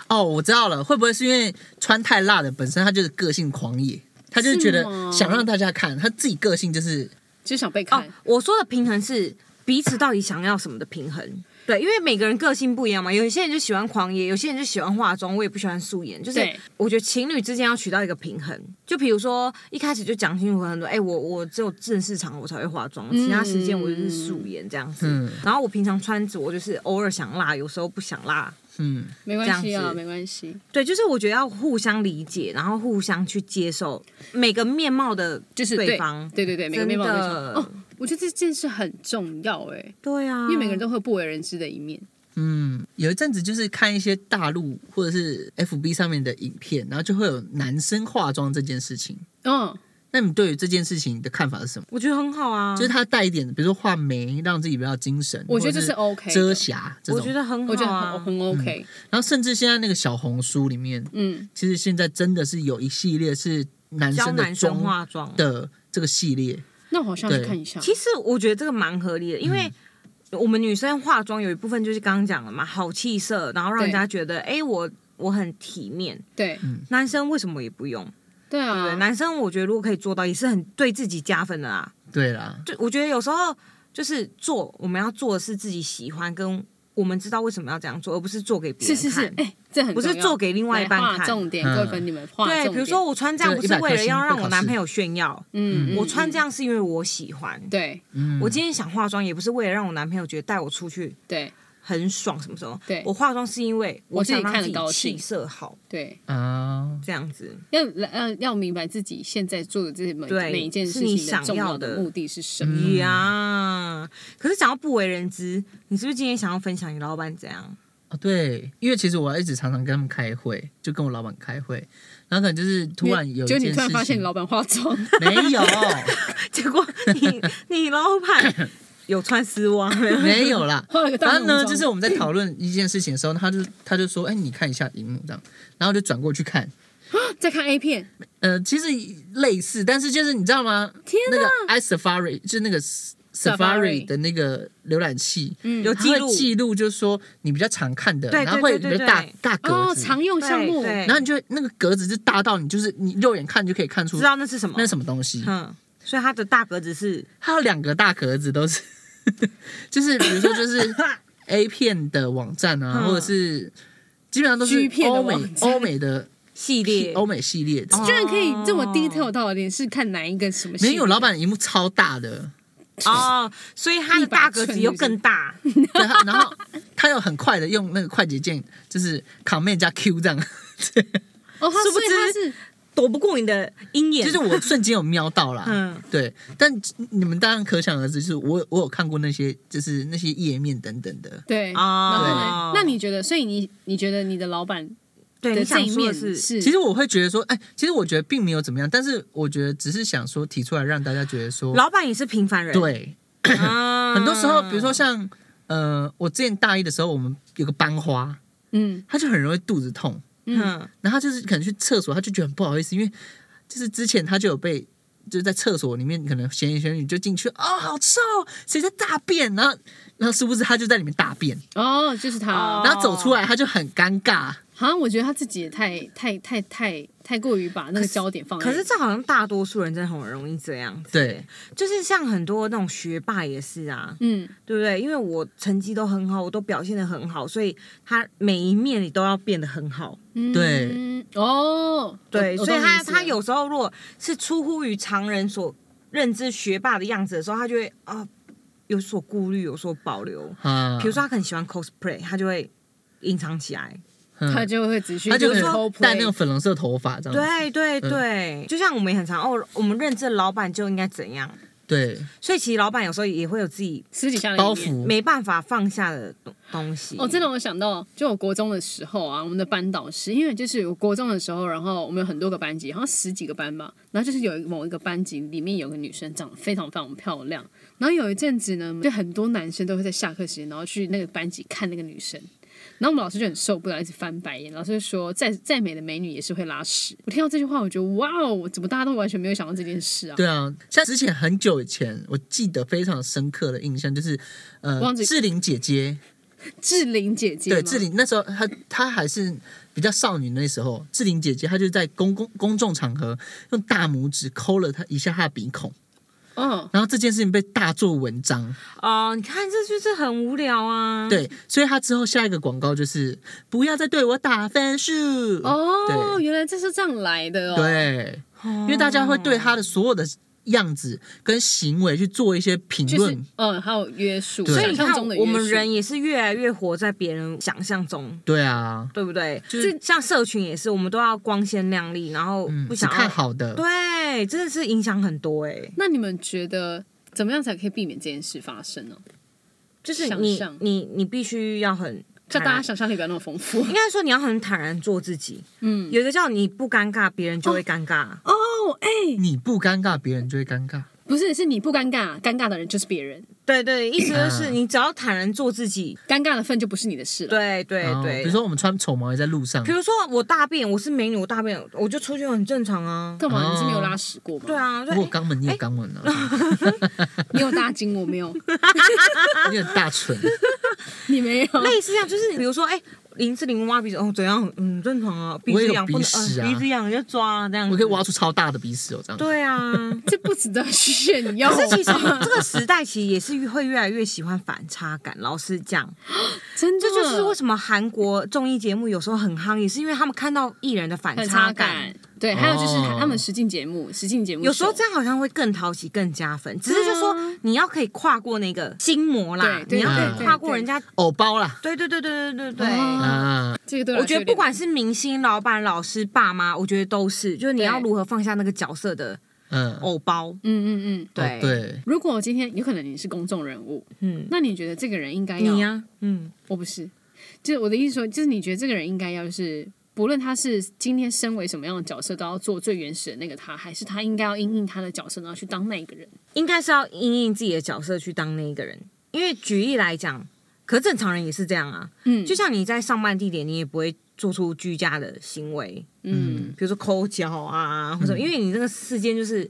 Speaker 7: 哦，我知道了，会不会是因为穿太辣的本身他就是个性狂野，他就是觉得
Speaker 6: 是吗
Speaker 7: 想让大家看，他自己个性就是
Speaker 6: 就想被看。
Speaker 3: 哦，我说的平衡是彼此到底想要什么的平衡。对，因为每个人个性不一样嘛，有一些人就喜欢狂野，有些人就喜欢化妆，我也不喜欢素颜。就是
Speaker 6: 对
Speaker 3: 我觉得情侣之间要取到一个平衡，就比如说一开始就讲清楚很多，哎、我我只有正式场合我才会化妆，
Speaker 6: 嗯
Speaker 3: 其他时间我就是素颜这样子。
Speaker 7: 嗯
Speaker 3: 然后我平常穿着我就是偶尔想辣，有时候不想辣。
Speaker 7: 嗯，
Speaker 6: 没关系
Speaker 3: 这样
Speaker 6: 啊，
Speaker 3: 子
Speaker 6: 没关系，
Speaker 3: 对，就是我觉得要互相理解，然后互相去接受每个面貌的，
Speaker 6: 就是
Speaker 3: 对方。
Speaker 6: 对对对，每个面貌都
Speaker 3: 真
Speaker 6: 想
Speaker 3: 的
Speaker 6: 哦，我觉得这件事很重要哎、
Speaker 3: 对啊，
Speaker 6: 因为每个人都会有不为人知的一面。
Speaker 7: 嗯，有一阵子就是看一些大陆或者是 FB 上面的影片，然后就会有男生化妆这件事情。
Speaker 6: 嗯，
Speaker 7: 那你对于这件事情的看法是什么？
Speaker 3: 我觉得很好啊，
Speaker 7: 就是他带一点，比如说画眉，让自己比较精神，
Speaker 6: 嗯我觉
Speaker 7: 或
Speaker 6: 得
Speaker 7: 者
Speaker 6: 这是 OK 的
Speaker 7: 遮瑕这
Speaker 3: 我
Speaker 7: 种。
Speaker 3: 觉得很好、啊，
Speaker 6: 我觉得很
Speaker 7: 嗯
Speaker 6: 很 OK。
Speaker 7: 然后甚至现在那个小红书里面，
Speaker 6: 嗯，
Speaker 7: 其实现在真的是有一系列是男
Speaker 3: 教
Speaker 7: 生的
Speaker 3: 男生
Speaker 7: 妆
Speaker 3: 化妆。
Speaker 7: 的这个系列，
Speaker 6: 那我好像去
Speaker 7: 对
Speaker 6: 看一下。
Speaker 3: 其实我觉得这个蛮合理的，因
Speaker 6: 嗯
Speaker 3: 为我们女生化妆有一部分就是刚刚讲了嘛，好气色，然后让人家觉得哎、诶我我很体面。
Speaker 6: 对
Speaker 3: 男生为什么也不用？对嗯
Speaker 6: 对
Speaker 3: 不对，
Speaker 6: 啊，
Speaker 3: 男生我觉得如果可以做到，也是很对自己加分的啦。
Speaker 7: 对啦，
Speaker 3: 就我觉得有时候就是做我们要做的是自己喜欢，跟我们知道为什么要这样做，而不是做给别
Speaker 6: 是
Speaker 3: 人
Speaker 6: 是
Speaker 3: 看。
Speaker 6: 是，哎，这很
Speaker 3: 不是
Speaker 6: 重要
Speaker 3: 做给另外一
Speaker 6: 来
Speaker 3: 半
Speaker 6: 划
Speaker 3: 看
Speaker 6: 重点，
Speaker 7: 嗯
Speaker 6: 各位粉你们画
Speaker 3: 对，
Speaker 6: 重
Speaker 3: 比如
Speaker 6: 点
Speaker 3: 说，我穿这样
Speaker 7: 这
Speaker 3: 不
Speaker 7: 个
Speaker 3: 是
Speaker 7: 100
Speaker 3: 为
Speaker 7: 颗
Speaker 3: 了
Speaker 7: 星
Speaker 3: 要
Speaker 7: 会
Speaker 3: 让
Speaker 7: 考
Speaker 3: 我男
Speaker 7: 试
Speaker 3: 朋友炫耀，
Speaker 6: 嗯，嗯
Speaker 3: 我穿
Speaker 6: 嗯
Speaker 3: 这样是因为我喜欢。
Speaker 6: 对
Speaker 7: 嗯，
Speaker 3: 我今天想化妆，也不是为了让我男朋友觉得带我出去
Speaker 6: 对
Speaker 3: 很爽什么什么。
Speaker 6: 对
Speaker 3: 我化妆是因为
Speaker 6: 我自己
Speaker 3: 想让
Speaker 6: 看
Speaker 3: 自
Speaker 6: 得
Speaker 3: 己
Speaker 6: 高
Speaker 3: 气
Speaker 6: 兴
Speaker 3: 色好，
Speaker 6: 对，
Speaker 7: 啊，
Speaker 3: 这样子。
Speaker 6: 要要要明白自己现在做的这每
Speaker 3: 对
Speaker 6: 每一件事
Speaker 3: 是你
Speaker 6: 情
Speaker 3: 想
Speaker 6: 重
Speaker 3: 要
Speaker 6: 要的
Speaker 3: 的
Speaker 6: 目的是
Speaker 7: 嗯
Speaker 6: 什么。
Speaker 3: 呀、可是讲到不为人知，你是不是今天想要分享你老板怎样？ *laughs*
Speaker 7: 哦对，因为其实我一直常常跟他们开会，就跟我老板开会，然后可能就是突然有一
Speaker 6: 就
Speaker 7: 件事
Speaker 6: 你
Speaker 7: 情，
Speaker 6: 突然发现你老板化妆， *laughs*
Speaker 7: 没有
Speaker 3: 结果你你老板有穿丝袜没有？
Speaker 7: 没有啦，
Speaker 6: 化了个大
Speaker 7: 然后呢，
Speaker 6: 浓妆
Speaker 7: 就是我们在讨论一件事情的时候，他就他就说：“哎、你看一下荧幕这样。”然后就转过去看，
Speaker 6: 在看 A 片，
Speaker 7: 呃，其实类似，但是就是你知道吗？
Speaker 6: 天
Speaker 7: 那个
Speaker 6: 哪！
Speaker 7: i Safari 就是那个 s-
Speaker 6: Safari
Speaker 7: Safari 的那个浏览器，
Speaker 6: 嗯
Speaker 3: 有
Speaker 7: 它
Speaker 3: 记
Speaker 7: 会
Speaker 3: 录
Speaker 7: 记录，就是说你比较常看的，
Speaker 3: 对
Speaker 7: 然后会有
Speaker 3: 对
Speaker 7: 一
Speaker 3: 对
Speaker 7: 个大
Speaker 3: 对
Speaker 7: 大格
Speaker 6: 哦，
Speaker 7: 子，
Speaker 6: 常用项目，
Speaker 3: 对
Speaker 7: 然后你就那个格子就大到你就是你肉眼看就可以看出
Speaker 3: 知道那是什么？
Speaker 7: 那是什么东西。
Speaker 3: 嗯，所以他的大格子是
Speaker 7: 它有两个大格子都是， *laughs* 就是比如说就是
Speaker 3: *laughs*
Speaker 7: A 片的网站啊，
Speaker 3: 嗯
Speaker 7: 或者是基本上都是
Speaker 6: G 片的
Speaker 7: 欧
Speaker 6: 网
Speaker 7: 美
Speaker 6: 站
Speaker 7: 欧美的
Speaker 3: 系 *laughs* 列。
Speaker 6: 哦
Speaker 7: 欧美系列的。哦
Speaker 6: 居然可以这么 detail 到底是看哪一个什么戏？
Speaker 7: 没有，老板的荧幕超大的，
Speaker 3: 哦，所以他的大格子又更大。
Speaker 7: *laughs* 对，它然后他又很快的用那个快捷键，就是 Command 加 Q 这样，
Speaker 3: *laughs*
Speaker 6: 哦，他
Speaker 3: 殊不
Speaker 6: 所以他
Speaker 3: 知
Speaker 6: 是
Speaker 3: 躲不过你的鹰眼，
Speaker 7: 就是我瞬间有瞄到啦。
Speaker 3: 嗯
Speaker 7: 对，但你们当然可想而知，就是我我有看过那些，就是那些页面等等的，
Speaker 6: 对。然后
Speaker 3: 啊
Speaker 6: 呢？，那你觉得？所以你你觉得你的老板
Speaker 3: 对
Speaker 6: 的
Speaker 3: 你
Speaker 6: 这
Speaker 3: 想
Speaker 6: 一
Speaker 3: 说的
Speaker 6: 面
Speaker 3: 是
Speaker 6: 是？
Speaker 7: 其实我会觉得说，哎，其实我觉得并没有怎么样，但是我觉得只是想说提出来让大家觉得说，
Speaker 3: 老板也是平凡人，
Speaker 7: 对，*laughs*
Speaker 3: 啊，
Speaker 7: 很多时候，比如说像呃，我之前大一的时候，我们有个班花，
Speaker 6: 嗯，
Speaker 7: 她就很容易肚子痛，
Speaker 3: 嗯，
Speaker 7: 然后他就是可能去厕所，他就觉得很不好意思，因为就是之前他就有被就是在厕所里面可能闲言闲语就进去，哦，好臭，谁在大便？然后然后殊不知他就在里面大便，
Speaker 6: 哦，就是他。
Speaker 3: 哦
Speaker 7: 然后走出来他就很尴尬。
Speaker 6: 好像我觉得他自己也太太太太太过于把那个焦点放在。
Speaker 3: 可是这好像大多数人真的很容易这样子，
Speaker 7: 对，
Speaker 3: 就是像很多那种学霸也是啊，
Speaker 6: 嗯，
Speaker 3: 对不对？因为我成绩都很好，我都表现的很好，所以他每一面你都要变得很好。
Speaker 6: 嗯
Speaker 7: 对，
Speaker 6: 哦，
Speaker 3: 对，
Speaker 6: 我
Speaker 3: 所以他他，
Speaker 6: 我懂你意思了
Speaker 3: 有时候如果是出乎于常人所认知学霸的样子的时候，他就会啊、有所顾虑，有所保留。
Speaker 7: 啊，
Speaker 3: 比如说他很喜欢 cosplay，他就会隐藏起来。
Speaker 7: 嗯
Speaker 6: 他就会只去，
Speaker 7: 他就
Speaker 6: 比
Speaker 7: 可
Speaker 6: 如
Speaker 7: 能
Speaker 6: 说
Speaker 7: 戴那种粉红色头发这样子，嗯
Speaker 3: 对对对，就像我们也很常哦，我们认知老板就应该怎样，
Speaker 7: 对
Speaker 3: 所以其实老板有时候也会有自己
Speaker 6: 私底下的一面
Speaker 7: 包。袱，
Speaker 3: 没办法放下的东东西。
Speaker 6: 哦，这让我想到，就我国中的时候啊，我们的班导师，因为就是我国中的时候，然后我们有很多个班级，好像十几个班吧，然后就是有一个某一个班级里面有个女生长得非常非常漂亮，然后有一阵子呢，就很多男生都会在下课时间，然后去那个班级看那个女生。然后我们老师就很受不了，一直翻白眼。老师就说：“再再美的美女也是会拉屎。”我听到这句话，我觉得哇哦，怎么大家都完全没有想到这件事啊？
Speaker 7: 对啊，像之前很久以前，我记得非常深刻的印象就是，呃，
Speaker 6: 忘记
Speaker 7: 志玲姐姐，
Speaker 6: 志玲姐姐
Speaker 7: 对，
Speaker 6: 吗，
Speaker 7: 志玲那时候她她还是比较少女那时候，志玲姐姐她就在公公公众场合用大拇指抠了她一下她的鼻孔，
Speaker 6: 哦，
Speaker 7: 然后这件事情被大做文章，
Speaker 3: 哦、你看这就是很无聊啊。，
Speaker 7: 对，所以她之后下一个广告就是不要再对我打分数，
Speaker 6: 哦，
Speaker 7: 对
Speaker 6: 原来这是这样来的哦。，
Speaker 7: 对，因
Speaker 3: 因
Speaker 7: 为大家会对她的所有的样子跟行为去做一些评
Speaker 6: 就是
Speaker 7: 论，
Speaker 6: 嗯，还有约束，
Speaker 7: 对
Speaker 3: 所以
Speaker 6: 想
Speaker 3: 你
Speaker 6: 象
Speaker 3: 看
Speaker 6: 中的，约
Speaker 3: 我
Speaker 6: 束
Speaker 3: 们人也是越来越活在别人想象中，
Speaker 7: 对啊，
Speaker 3: 对不对？
Speaker 7: 就是
Speaker 3: 像社群也是，我们都要光鲜亮丽，然后
Speaker 7: 嗯，
Speaker 3: 不
Speaker 7: 只
Speaker 3: 想要、
Speaker 7: 看好的，
Speaker 3: 对，真的是影响很多哎、
Speaker 6: 那你们觉得怎么样才可以避免这件事发生呢？
Speaker 3: 就是
Speaker 6: 想
Speaker 3: 你
Speaker 6: 象
Speaker 3: 你你必须要很
Speaker 6: 叫
Speaker 3: 坦
Speaker 6: 大家
Speaker 3: 然，
Speaker 6: 想象力不要那么丰富。
Speaker 3: 应该说你要很坦然做自己。
Speaker 6: 嗯，
Speaker 3: 有一个叫你不尴尬，别人就会尴尬。
Speaker 7: 你不尴尬，别人就会尴尬。
Speaker 6: *laughs* 不是，是你不尴尬，尴尬的人就是别人，
Speaker 3: 对对，意思就是
Speaker 7: 啊
Speaker 3: 你只要坦然做自己。
Speaker 6: 尴尬的份就不是你的事了。
Speaker 3: 对对
Speaker 7: 然后
Speaker 3: 对，
Speaker 7: 哦比如说我们穿丑毛衣在路上
Speaker 3: 比，如说我大便，我是美女，我大便我就出去很正常啊。
Speaker 6: 干嘛？
Speaker 7: 哦
Speaker 6: 你是没有拉屎过吗？
Speaker 3: 对，啊，就
Speaker 7: 如果肛门你有肛
Speaker 3: *laughs*
Speaker 7: 门啊，
Speaker 6: 你有大金，我没有， *laughs*
Speaker 7: 你很大唇，
Speaker 6: 你没
Speaker 3: *laughs*
Speaker 6: 有。
Speaker 3: 类似这样，就是比如说，哎、林志玲挖鼻子，哦，怎样？嗯，正常啊，鼻
Speaker 7: 我也
Speaker 3: 子
Speaker 7: 有
Speaker 3: 痒不
Speaker 7: 鼻
Speaker 3: 能，
Speaker 7: 屎啊
Speaker 3: 呃，鼻子痒就抓啊这样。
Speaker 7: 我可以挖。出超大的鼻屎哦，这样。*laughs*
Speaker 3: 对啊，
Speaker 6: 这不值得炫耀。
Speaker 3: 可是其实这个时代其实也是会越来越喜欢反差感。老实讲，
Speaker 6: *laughs*
Speaker 7: 嗯
Speaker 6: 真的，
Speaker 3: 这就是为什么韩国综艺节目有时候很夯，也是因为他们看到艺人的反
Speaker 6: 反
Speaker 3: 差
Speaker 6: 差
Speaker 3: 感。
Speaker 6: 感。对，还有就是
Speaker 7: 哦
Speaker 6: 他们实境节目，实境节目
Speaker 3: 有时候
Speaker 6: 秀
Speaker 3: 这样好像会更讨喜、更加分，只是就说你要可以跨过那个心魔啦，
Speaker 6: 对对
Speaker 3: 你要可
Speaker 7: 对
Speaker 3: 以
Speaker 7: 对
Speaker 3: 跨过人家。
Speaker 7: 藕包啦，
Speaker 3: 对对对对对对对。
Speaker 6: 哦
Speaker 7: 啊，
Speaker 6: 这个对我
Speaker 3: 我
Speaker 6: 来说
Speaker 3: 觉
Speaker 6: 有
Speaker 3: 得
Speaker 6: 点
Speaker 3: 不管是明星、老板、老师、爸妈，我觉得都是，就是你要如何放下那个角色的
Speaker 7: 嗯，哦
Speaker 3: 偶包。
Speaker 6: 嗯嗯嗯。
Speaker 3: 对、，
Speaker 7: 对，
Speaker 6: 如果今天有可能你是公众人物，
Speaker 3: 嗯，
Speaker 6: 那你觉得这个人应该要
Speaker 3: 你呀、嗯，
Speaker 6: 我不是，就是我的意思说，就是你觉得这个人应该要是，不论他是今天身为什么样的角色，都要做最原始的那个他，还是他应该要因应他的角色，然后去当那一个人。
Speaker 3: 应该是要因应自己的角色去当那一个人，因为举例来讲，可正常人也是这样啊。
Speaker 6: 嗯
Speaker 3: 就像你在上班地点，你也不会做出居家的行为，
Speaker 6: 嗯，
Speaker 3: 比如说抠脚啊，或者、因为你这个事件就是。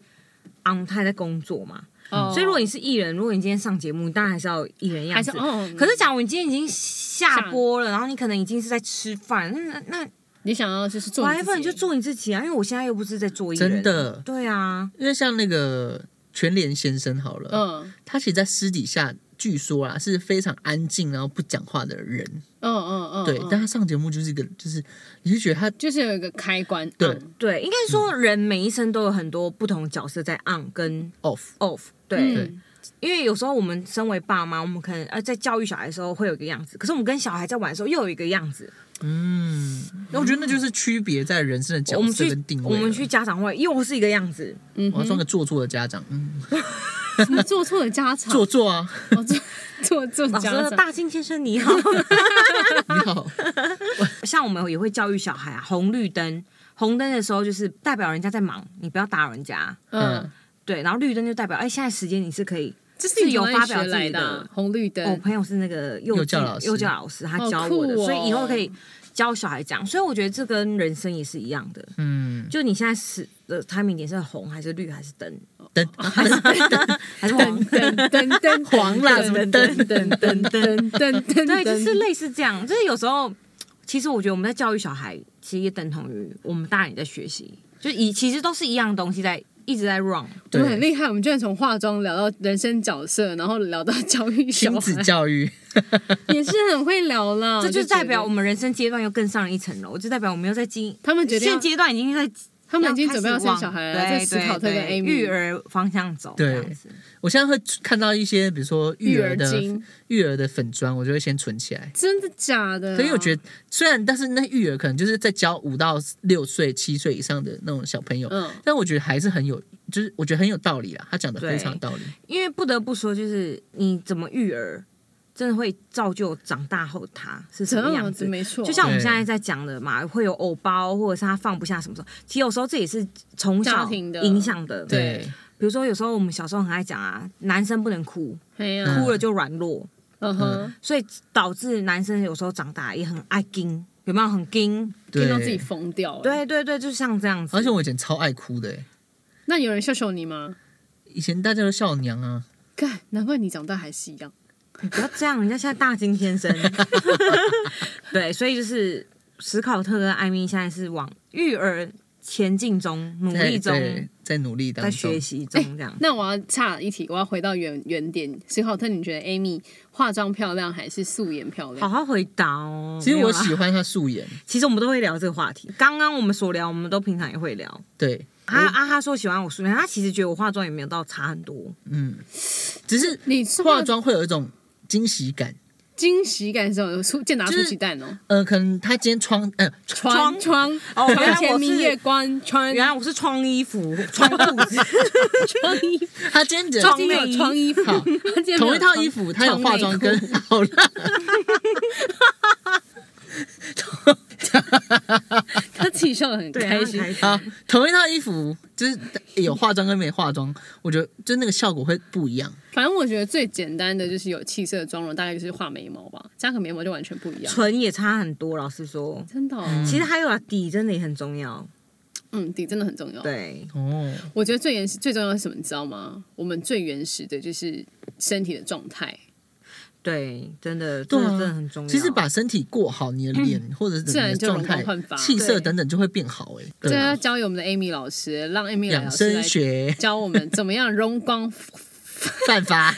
Speaker 3: 昂，他还在工作嘛，
Speaker 6: 哦
Speaker 3: 嗯所以如果你是艺人，如果你今天上节目，你当然还是要有艺人样
Speaker 6: 还是
Speaker 3: 子。
Speaker 6: 哦，
Speaker 3: 可是假如你今天已经下播了，然后你可能已经是在吃饭，那那那
Speaker 6: 你想要就是做你
Speaker 3: whatever
Speaker 6: 自
Speaker 3: 你
Speaker 6: 己
Speaker 3: 就做你自己啊，因为我现在又不是在做艺人，
Speaker 7: 真，的，
Speaker 3: 对啊，
Speaker 7: 因为像那个全联先生好了，
Speaker 6: 嗯
Speaker 7: 他其实在私底下据说啊是非常安静然后不讲话的人，
Speaker 6: 嗯嗯嗯，
Speaker 7: 对
Speaker 6: 嗯，
Speaker 7: 但他上节目就是一个，就是你就觉得他
Speaker 6: 就是有一个开关，
Speaker 7: 对
Speaker 6: 嗯
Speaker 3: 对，应该说人每一生都有很多不同的角色在 on 跟
Speaker 7: off，
Speaker 3: off，
Speaker 6: 嗯
Speaker 3: 对，因为有时候我们身为爸妈，我们可能呃在教育小孩的时候会有一个样子，可是我们跟小孩在玩的时候又有一个样子，
Speaker 7: 嗯，那我觉得那就是区别在人生的角
Speaker 3: 我们
Speaker 7: 色
Speaker 3: 去
Speaker 7: 跟定位
Speaker 3: 我
Speaker 7: 了，
Speaker 3: 们去家长会又是一个样子，
Speaker 6: 嗯
Speaker 7: 我要
Speaker 6: 哼
Speaker 7: 装，个做作的家长，嗯，
Speaker 6: 什么做错
Speaker 3: *laughs*
Speaker 6: 了家常，
Speaker 7: 做作啊，
Speaker 6: 哦做做做
Speaker 3: 老师
Speaker 6: 家
Speaker 3: 说
Speaker 6: 长，
Speaker 3: 大金先生你好， *laughs*
Speaker 7: 你好，
Speaker 3: 像我们也会教育小孩啊，红绿灯，红灯的时候就是代表人家在忙，你不要打扰人家，
Speaker 6: 嗯
Speaker 7: 嗯。，
Speaker 3: 对，然后绿灯就代表哎现在时间你是可以。
Speaker 6: 这是你
Speaker 3: 有
Speaker 6: 从哪
Speaker 3: 发
Speaker 6: 里
Speaker 3: 表
Speaker 6: 学
Speaker 3: 自
Speaker 6: 来
Speaker 3: 己
Speaker 6: 的啊
Speaker 3: 的哦
Speaker 6: 红绿
Speaker 3: 我
Speaker 6: 灯，
Speaker 3: 朋友是那个幼
Speaker 7: 幼
Speaker 3: 稚
Speaker 7: 教老师
Speaker 3: 幼教老师，他
Speaker 6: 好
Speaker 3: 教我的，
Speaker 6: 酷哦
Speaker 3: 所以以后可以教小孩讲，所以我觉得这跟人生也是一样的。
Speaker 7: 嗯，
Speaker 3: 就你现在是的 timing 点是红还是绿还是灯哦
Speaker 7: 灯 *laughs*
Speaker 3: 还是黄？
Speaker 6: 噔噔
Speaker 3: *laughs*
Speaker 6: 噔，
Speaker 7: 黄啦什么
Speaker 6: 噔
Speaker 7: 灯
Speaker 6: 噔噔噔噔噔，
Speaker 3: 对，就是类似这样。就是有时候，其实我觉得我们在教育小孩，其实也等同于我们大人在学习，就以其实都是一样东西在一直在 run。
Speaker 6: 我
Speaker 7: 对
Speaker 6: 们很厉害，我们居然从化妆聊到人生角色，然后聊到教育小
Speaker 7: 亲子
Speaker 6: 孩，
Speaker 7: 教育，
Speaker 6: 也是很会聊啦。
Speaker 3: 这就
Speaker 6: 嗯觉得
Speaker 3: 代表我们人生阶段又更上了一层楼，就代表我们又在经
Speaker 6: 他们决定要
Speaker 3: 现，阶段已经在他
Speaker 6: 他们已经准备要生小孩了，在思考这个 Amy
Speaker 3: 育儿方向走，
Speaker 7: 对
Speaker 3: 这样子
Speaker 7: 我现在会看到一些，比如说育
Speaker 6: 育
Speaker 7: 儿
Speaker 6: 儿
Speaker 7: 的
Speaker 6: 经，
Speaker 7: 育儿的粉砖，我就会先存起来。
Speaker 6: 真的假的啊？
Speaker 7: 所以我觉得，虽然但是那育儿可能就是在教五到六岁、七岁以上的那种小朋友，
Speaker 6: 嗯，
Speaker 7: 但我觉得还是很有，就是我觉得很有道理啊，他讲的
Speaker 3: 对
Speaker 7: 非常有道理。
Speaker 3: 因为不得不说，就是你怎么育儿，真的会造就长大后他是什
Speaker 6: 这
Speaker 3: 么
Speaker 6: 样
Speaker 3: 样
Speaker 6: 子
Speaker 3: 子。
Speaker 6: 没错，
Speaker 3: 就像我们
Speaker 7: 对
Speaker 3: 现在在讲的嘛，会有偶包，或者是他放不下什么时候，其实有时候这也是从
Speaker 6: 家
Speaker 3: 小
Speaker 6: 庭的
Speaker 3: 影响的。
Speaker 6: 对
Speaker 3: 比如说有时候我们小时候很爱讲啊，男生不能哭，
Speaker 6: 哎呀，
Speaker 7: 嗯
Speaker 3: 哭了就软弱，
Speaker 6: 嗯哼，
Speaker 3: 所以导致男生有时候长大也很爱惊，有没有很惊？
Speaker 6: 听
Speaker 7: 对，
Speaker 6: 到自己疯掉。，
Speaker 3: 对对对，就像这样子。
Speaker 7: 而且我以前超爱哭的欸，
Speaker 6: 那有人笑笑你吗？
Speaker 7: 以前大家都笑我娘啊，
Speaker 6: 干，难怪你长大还是一样。
Speaker 3: 你不要这样，人家现在大金
Speaker 7: *laughs*
Speaker 3: 先生。 *laughs* 对，所以就是史考特跟艾米现在是往育儿前进中、努
Speaker 7: 在
Speaker 3: 力中
Speaker 7: 在、在努力当
Speaker 3: 在
Speaker 7: 中
Speaker 3: 学，习中这
Speaker 7: *laughs*
Speaker 3: 样。
Speaker 6: 那我要岔一题，我要回到原原点。史考特，你觉得 Amy 化妆漂亮还是素颜漂
Speaker 3: 好
Speaker 6: 亮？
Speaker 3: 好回答哦。
Speaker 7: 其实
Speaker 3: 没有
Speaker 7: 我
Speaker 3: 啦
Speaker 7: 喜，欢她素颜，
Speaker 3: 其实我们都会聊这个话题。刚刚我们所聊，我们都平常也会聊。
Speaker 7: 对，
Speaker 3: 啊
Speaker 6: 嗯
Speaker 3: 啊，他说喜欢我素颜，他其实觉得我化妆也没有到差很多。
Speaker 7: 嗯，只是
Speaker 6: 你是
Speaker 7: 化妆会有一种惊喜感。
Speaker 6: 惊喜感受，有出健达出奇蛋哦。
Speaker 7: 呃，可能她今天穿，呃，
Speaker 6: 窗窗
Speaker 3: 哦原来我是
Speaker 6: 前明月光窗
Speaker 3: 原来我是穿衣
Speaker 6: *laughs*
Speaker 3: 服、穿裤子，
Speaker 6: 窗衣服，
Speaker 7: 她今天的
Speaker 3: 妆
Speaker 6: 今天有窗衣服
Speaker 7: 好，
Speaker 6: 他今天没有
Speaker 7: 同一套
Speaker 6: 窗
Speaker 7: 衣服，她有
Speaker 6: 窗
Speaker 7: 化
Speaker 6: 内
Speaker 7: 妆
Speaker 6: 裤
Speaker 7: 跟 *laughs* 好了，
Speaker 6: *laughs* 他自己笑得很
Speaker 3: *laughs* 对，
Speaker 6: 开
Speaker 3: 很
Speaker 6: 心
Speaker 3: 开。心。
Speaker 7: 啊，同一套衣服就是有化妆跟没化妆，我觉得就那个效果会不一样。
Speaker 6: 反正我觉得最简单的就是有气色的妆容，大概就是画眉毛吧，加个眉毛就完全不一样。
Speaker 3: 唇也差很多，老实说。
Speaker 6: 真的哦、
Speaker 3: 其实还有啊，底真的也很重要。
Speaker 6: 嗯，底真的很重要。，
Speaker 3: 对，
Speaker 7: 哦，
Speaker 6: 我觉得最原始、最重要的是什么，你知道吗？我们最原始的就是身体的状态，
Speaker 3: 对，真的，这
Speaker 7: 对
Speaker 3: 个
Speaker 7: 啊
Speaker 3: 真的很重要。
Speaker 7: 其实把身体过好，你的脸或者是
Speaker 6: 嗯自
Speaker 7: 你
Speaker 6: 然
Speaker 7: 的
Speaker 6: 就
Speaker 7: 状
Speaker 6: 容光
Speaker 7: 态
Speaker 6: 焕发、
Speaker 7: 气色
Speaker 3: 对
Speaker 7: 等等就会变好。哎，
Speaker 6: 这
Speaker 7: 对
Speaker 6: 要
Speaker 7: 啊，
Speaker 6: 交给我们的 Amy 老师，让 Amy 老
Speaker 7: 养
Speaker 6: 师
Speaker 7: 生
Speaker 6: 来
Speaker 7: 学
Speaker 6: 教我们怎么样容光。 *laughs*
Speaker 7: *laughs* 犯法，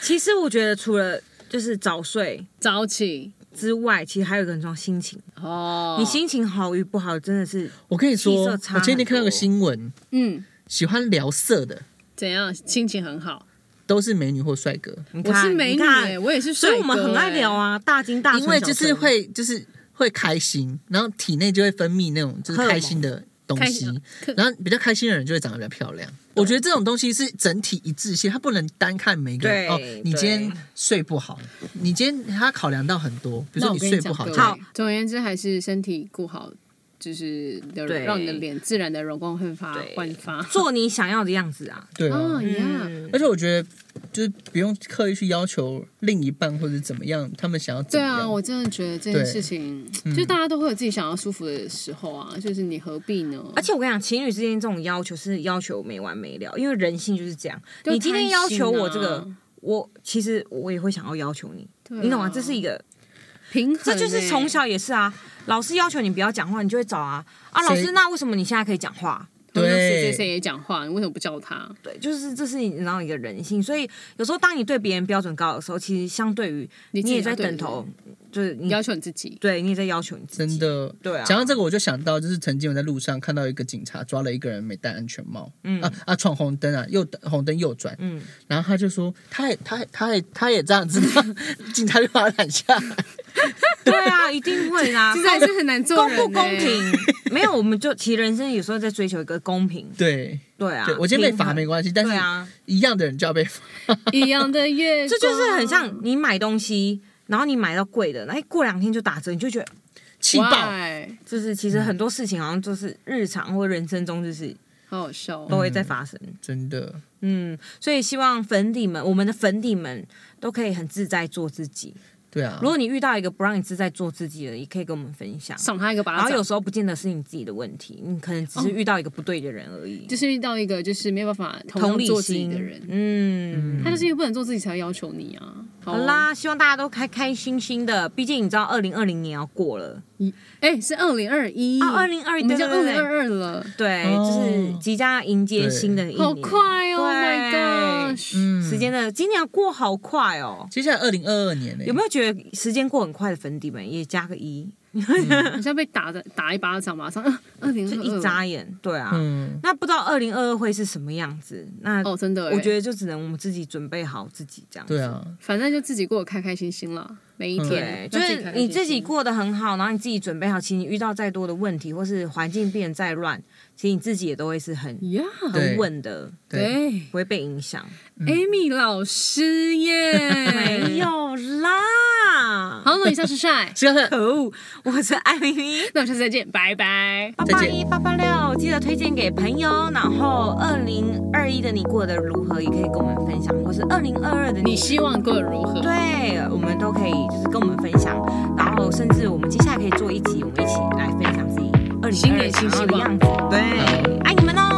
Speaker 3: 其实我觉得除了就是早睡
Speaker 6: 早起
Speaker 3: 之外，其实还有一个很重要，心情。
Speaker 6: 哦，
Speaker 3: 你心情好与不好，真的是
Speaker 7: 我跟你说，
Speaker 3: 气色
Speaker 7: 我
Speaker 3: 差很
Speaker 7: 前几天看到个
Speaker 3: 多
Speaker 7: 新闻，
Speaker 6: 嗯
Speaker 7: 喜欢聊色的
Speaker 6: 怎样？心情很好。
Speaker 7: 都是美女或帅哥，
Speaker 3: 你
Speaker 6: 我
Speaker 3: 看，
Speaker 6: 是美女、
Speaker 3: 你看
Speaker 6: 欸，我也是
Speaker 3: 所
Speaker 6: 帅哥、
Speaker 3: 以我们很爱聊
Speaker 6: 欸。
Speaker 3: 啊，大金大
Speaker 7: 因
Speaker 3: 纯
Speaker 7: 为
Speaker 3: 小
Speaker 7: 就是
Speaker 3: 纯
Speaker 7: 会就是会开心，然后体内就会分泌那种就是开心的东
Speaker 6: 荷尔
Speaker 7: 西
Speaker 6: 蒙开心，哦
Speaker 7: 然后比较开心的人就会长得比较漂亮。我觉得这种东西是整体一致性，它不能单看每个人
Speaker 3: 对
Speaker 7: 哦。你今天
Speaker 3: 对
Speaker 7: 睡不好，你今天它考量到很多，比如
Speaker 6: 那
Speaker 7: 说
Speaker 6: 我跟
Speaker 7: 睡
Speaker 6: 讲
Speaker 7: 不好
Speaker 6: 各，位
Speaker 3: 好
Speaker 6: 哎总而言之，还是身体顾好，就是你的
Speaker 3: 对
Speaker 6: 让你的脸自然的容光焕发，
Speaker 3: 对
Speaker 6: 焕发。
Speaker 3: 做你想要的样子啊。
Speaker 7: 对
Speaker 6: 哦
Speaker 7: 啊。
Speaker 3: 嗯
Speaker 6: 呀，
Speaker 7: 而且我觉得就是不用刻意去要求另一半或者怎么样，他们想要怎
Speaker 6: 对
Speaker 7: 么样。
Speaker 6: 啊，我真的觉得这件事情，就是大
Speaker 3: 嗯
Speaker 6: 家都会有自己想要舒服的时候啊，就是你何必呢？
Speaker 3: 而且我跟你讲，情侣之间这种要求是要求没完没了，因为人性就是这样。
Speaker 6: 就
Speaker 3: 你今天要
Speaker 7: 啊
Speaker 3: 求我这
Speaker 6: 贪
Speaker 3: 个
Speaker 6: 心，啊
Speaker 3: 我其实我也会想要要求你，
Speaker 6: 对啊
Speaker 3: 你懂
Speaker 7: 哦
Speaker 3: 吗？这是一个，
Speaker 6: 平衡欸，
Speaker 3: 这就是从小也是啊。老师要求你不要讲话，你就会找啊啊，老
Speaker 7: 谁
Speaker 3: 师，那为什么你现在可以讲话？
Speaker 6: 他们说谁谁
Speaker 7: 对
Speaker 6: 谁也讲话，你为什么不叫他？
Speaker 3: 对，就是这是你然后一个人性，所以有时候当你对别人标准高的时候，其实相对于
Speaker 6: 你自己
Speaker 3: 也在
Speaker 6: 要对
Speaker 3: 等同，就是你
Speaker 6: 要求你自己。
Speaker 3: 对你也在要求你自己，
Speaker 7: 真的，
Speaker 3: 对啊
Speaker 7: 讲到这个，我就想到，就是曾经我在路上看到一个警察抓了一个人没戴安全帽，嗯啊啊闯红灯啊，右红灯右转，
Speaker 3: 嗯，
Speaker 7: 然后他就说，他也他也他也他也这样子， *laughs* 警察就把他拦下来。
Speaker 3: 对啊，一定会
Speaker 7: *laughs*
Speaker 3: 啦。
Speaker 6: 其实还是很难做
Speaker 3: 公
Speaker 6: 人、欸
Speaker 3: 不公？平？ *laughs* 没有，我们就其实人生有时候在追求一个公平，
Speaker 7: 对，
Speaker 3: 对啊。
Speaker 7: 对我今天被
Speaker 3: 平
Speaker 7: 罚
Speaker 3: 衡
Speaker 7: 没关系，但是
Speaker 3: 对啊，
Speaker 7: 一样的人就要被罚。
Speaker 6: 一样的月光，
Speaker 3: 这就是很像你买东西，然后你买到贵的，那过两天就打折，你就觉得
Speaker 7: 气爆，
Speaker 6: Why？
Speaker 3: 就是其实很多事情好像就是日常或人生中就是
Speaker 6: 好好笑哦。
Speaker 3: 都会在发生。
Speaker 7: 真的，
Speaker 3: 嗯，所以希望粉底们，我们的粉底们都可以很自在做自己。
Speaker 7: 对啊
Speaker 3: 如，果你遇到一个不让你自在做自己的，也可以跟我们分享。
Speaker 6: 赏他一个巴
Speaker 3: 然
Speaker 6: 掌。
Speaker 3: 后有时候不见得是你自己的问题，你可能只是遇到一个不对的人而已。
Speaker 6: 就是遇到一个就是没有办法同
Speaker 3: 同
Speaker 6: 样
Speaker 3: 理
Speaker 6: 做自己
Speaker 3: 心
Speaker 6: 的人，
Speaker 3: 嗯。
Speaker 6: 他就是因为不能做自己才会要求你啊。好
Speaker 3: 好
Speaker 6: 哦，
Speaker 3: 啦，希望大家都开开心心的。毕竟你知道，二零二零年要过了，
Speaker 6: 哎，是二零二一，
Speaker 3: 啊2021
Speaker 6: 我们叫
Speaker 3: 对对
Speaker 6: 二零
Speaker 3: 对
Speaker 6: 二二了，
Speaker 3: 对，
Speaker 7: 哦
Speaker 3: 就是即将要迎接新的一年，
Speaker 6: 好快哦！My
Speaker 3: 对
Speaker 6: gosh，
Speaker 7: 嗯，
Speaker 3: 时间的今年过好快哦。
Speaker 7: 接下来二零二二年呢、
Speaker 3: 有没有觉得时间过很快的粉底们也加个一，
Speaker 6: 好像被打的打一巴掌，马上啊二零
Speaker 3: 就
Speaker 6: 二
Speaker 3: 一眨眼，对啊。
Speaker 7: 嗯，
Speaker 3: 那不知道二零二二会是什么样子？那
Speaker 6: 哦，真的欸，
Speaker 3: 我觉得就只能我们自己准备好自己这样子。
Speaker 7: 对啊，
Speaker 6: 反正就自己过得开开心心了，每一
Speaker 3: 对，
Speaker 6: 天
Speaker 3: 就
Speaker 6: 让
Speaker 3: 是
Speaker 6: 开开
Speaker 3: 你
Speaker 6: 心
Speaker 3: 自己
Speaker 6: 心
Speaker 3: 过得很好，然后你自己准备好，其实你遇到再多的问题，或是环境变得再乱，其实你自己也都会是很
Speaker 6: 呀，
Speaker 7: 对
Speaker 3: 很稳的，
Speaker 7: 对，嗯
Speaker 6: 对
Speaker 3: 不会被影响。哎
Speaker 6: ，Amy 老师耶，
Speaker 3: *laughs* 没有啦，
Speaker 6: 好，那我下是晒，
Speaker 7: 是要啊看 *laughs*
Speaker 3: 可恶！我是艾咪咪，
Speaker 6: 那我们下次再见，拜拜。
Speaker 3: 八八一八八六，记得推荐给朋友。然后二零二一的你过得如何，也可以跟我们分享，或是二零二二的
Speaker 6: 你希望过得如何？
Speaker 3: 对，我们都可以就是跟我们分享，然后甚至我们接下来可以做一集，我们一起来分享自己二零
Speaker 6: 新
Speaker 3: 二
Speaker 6: 年
Speaker 3: 想
Speaker 6: 新希
Speaker 3: 要的
Speaker 6: 望
Speaker 3: 样子。对，爱你们哦。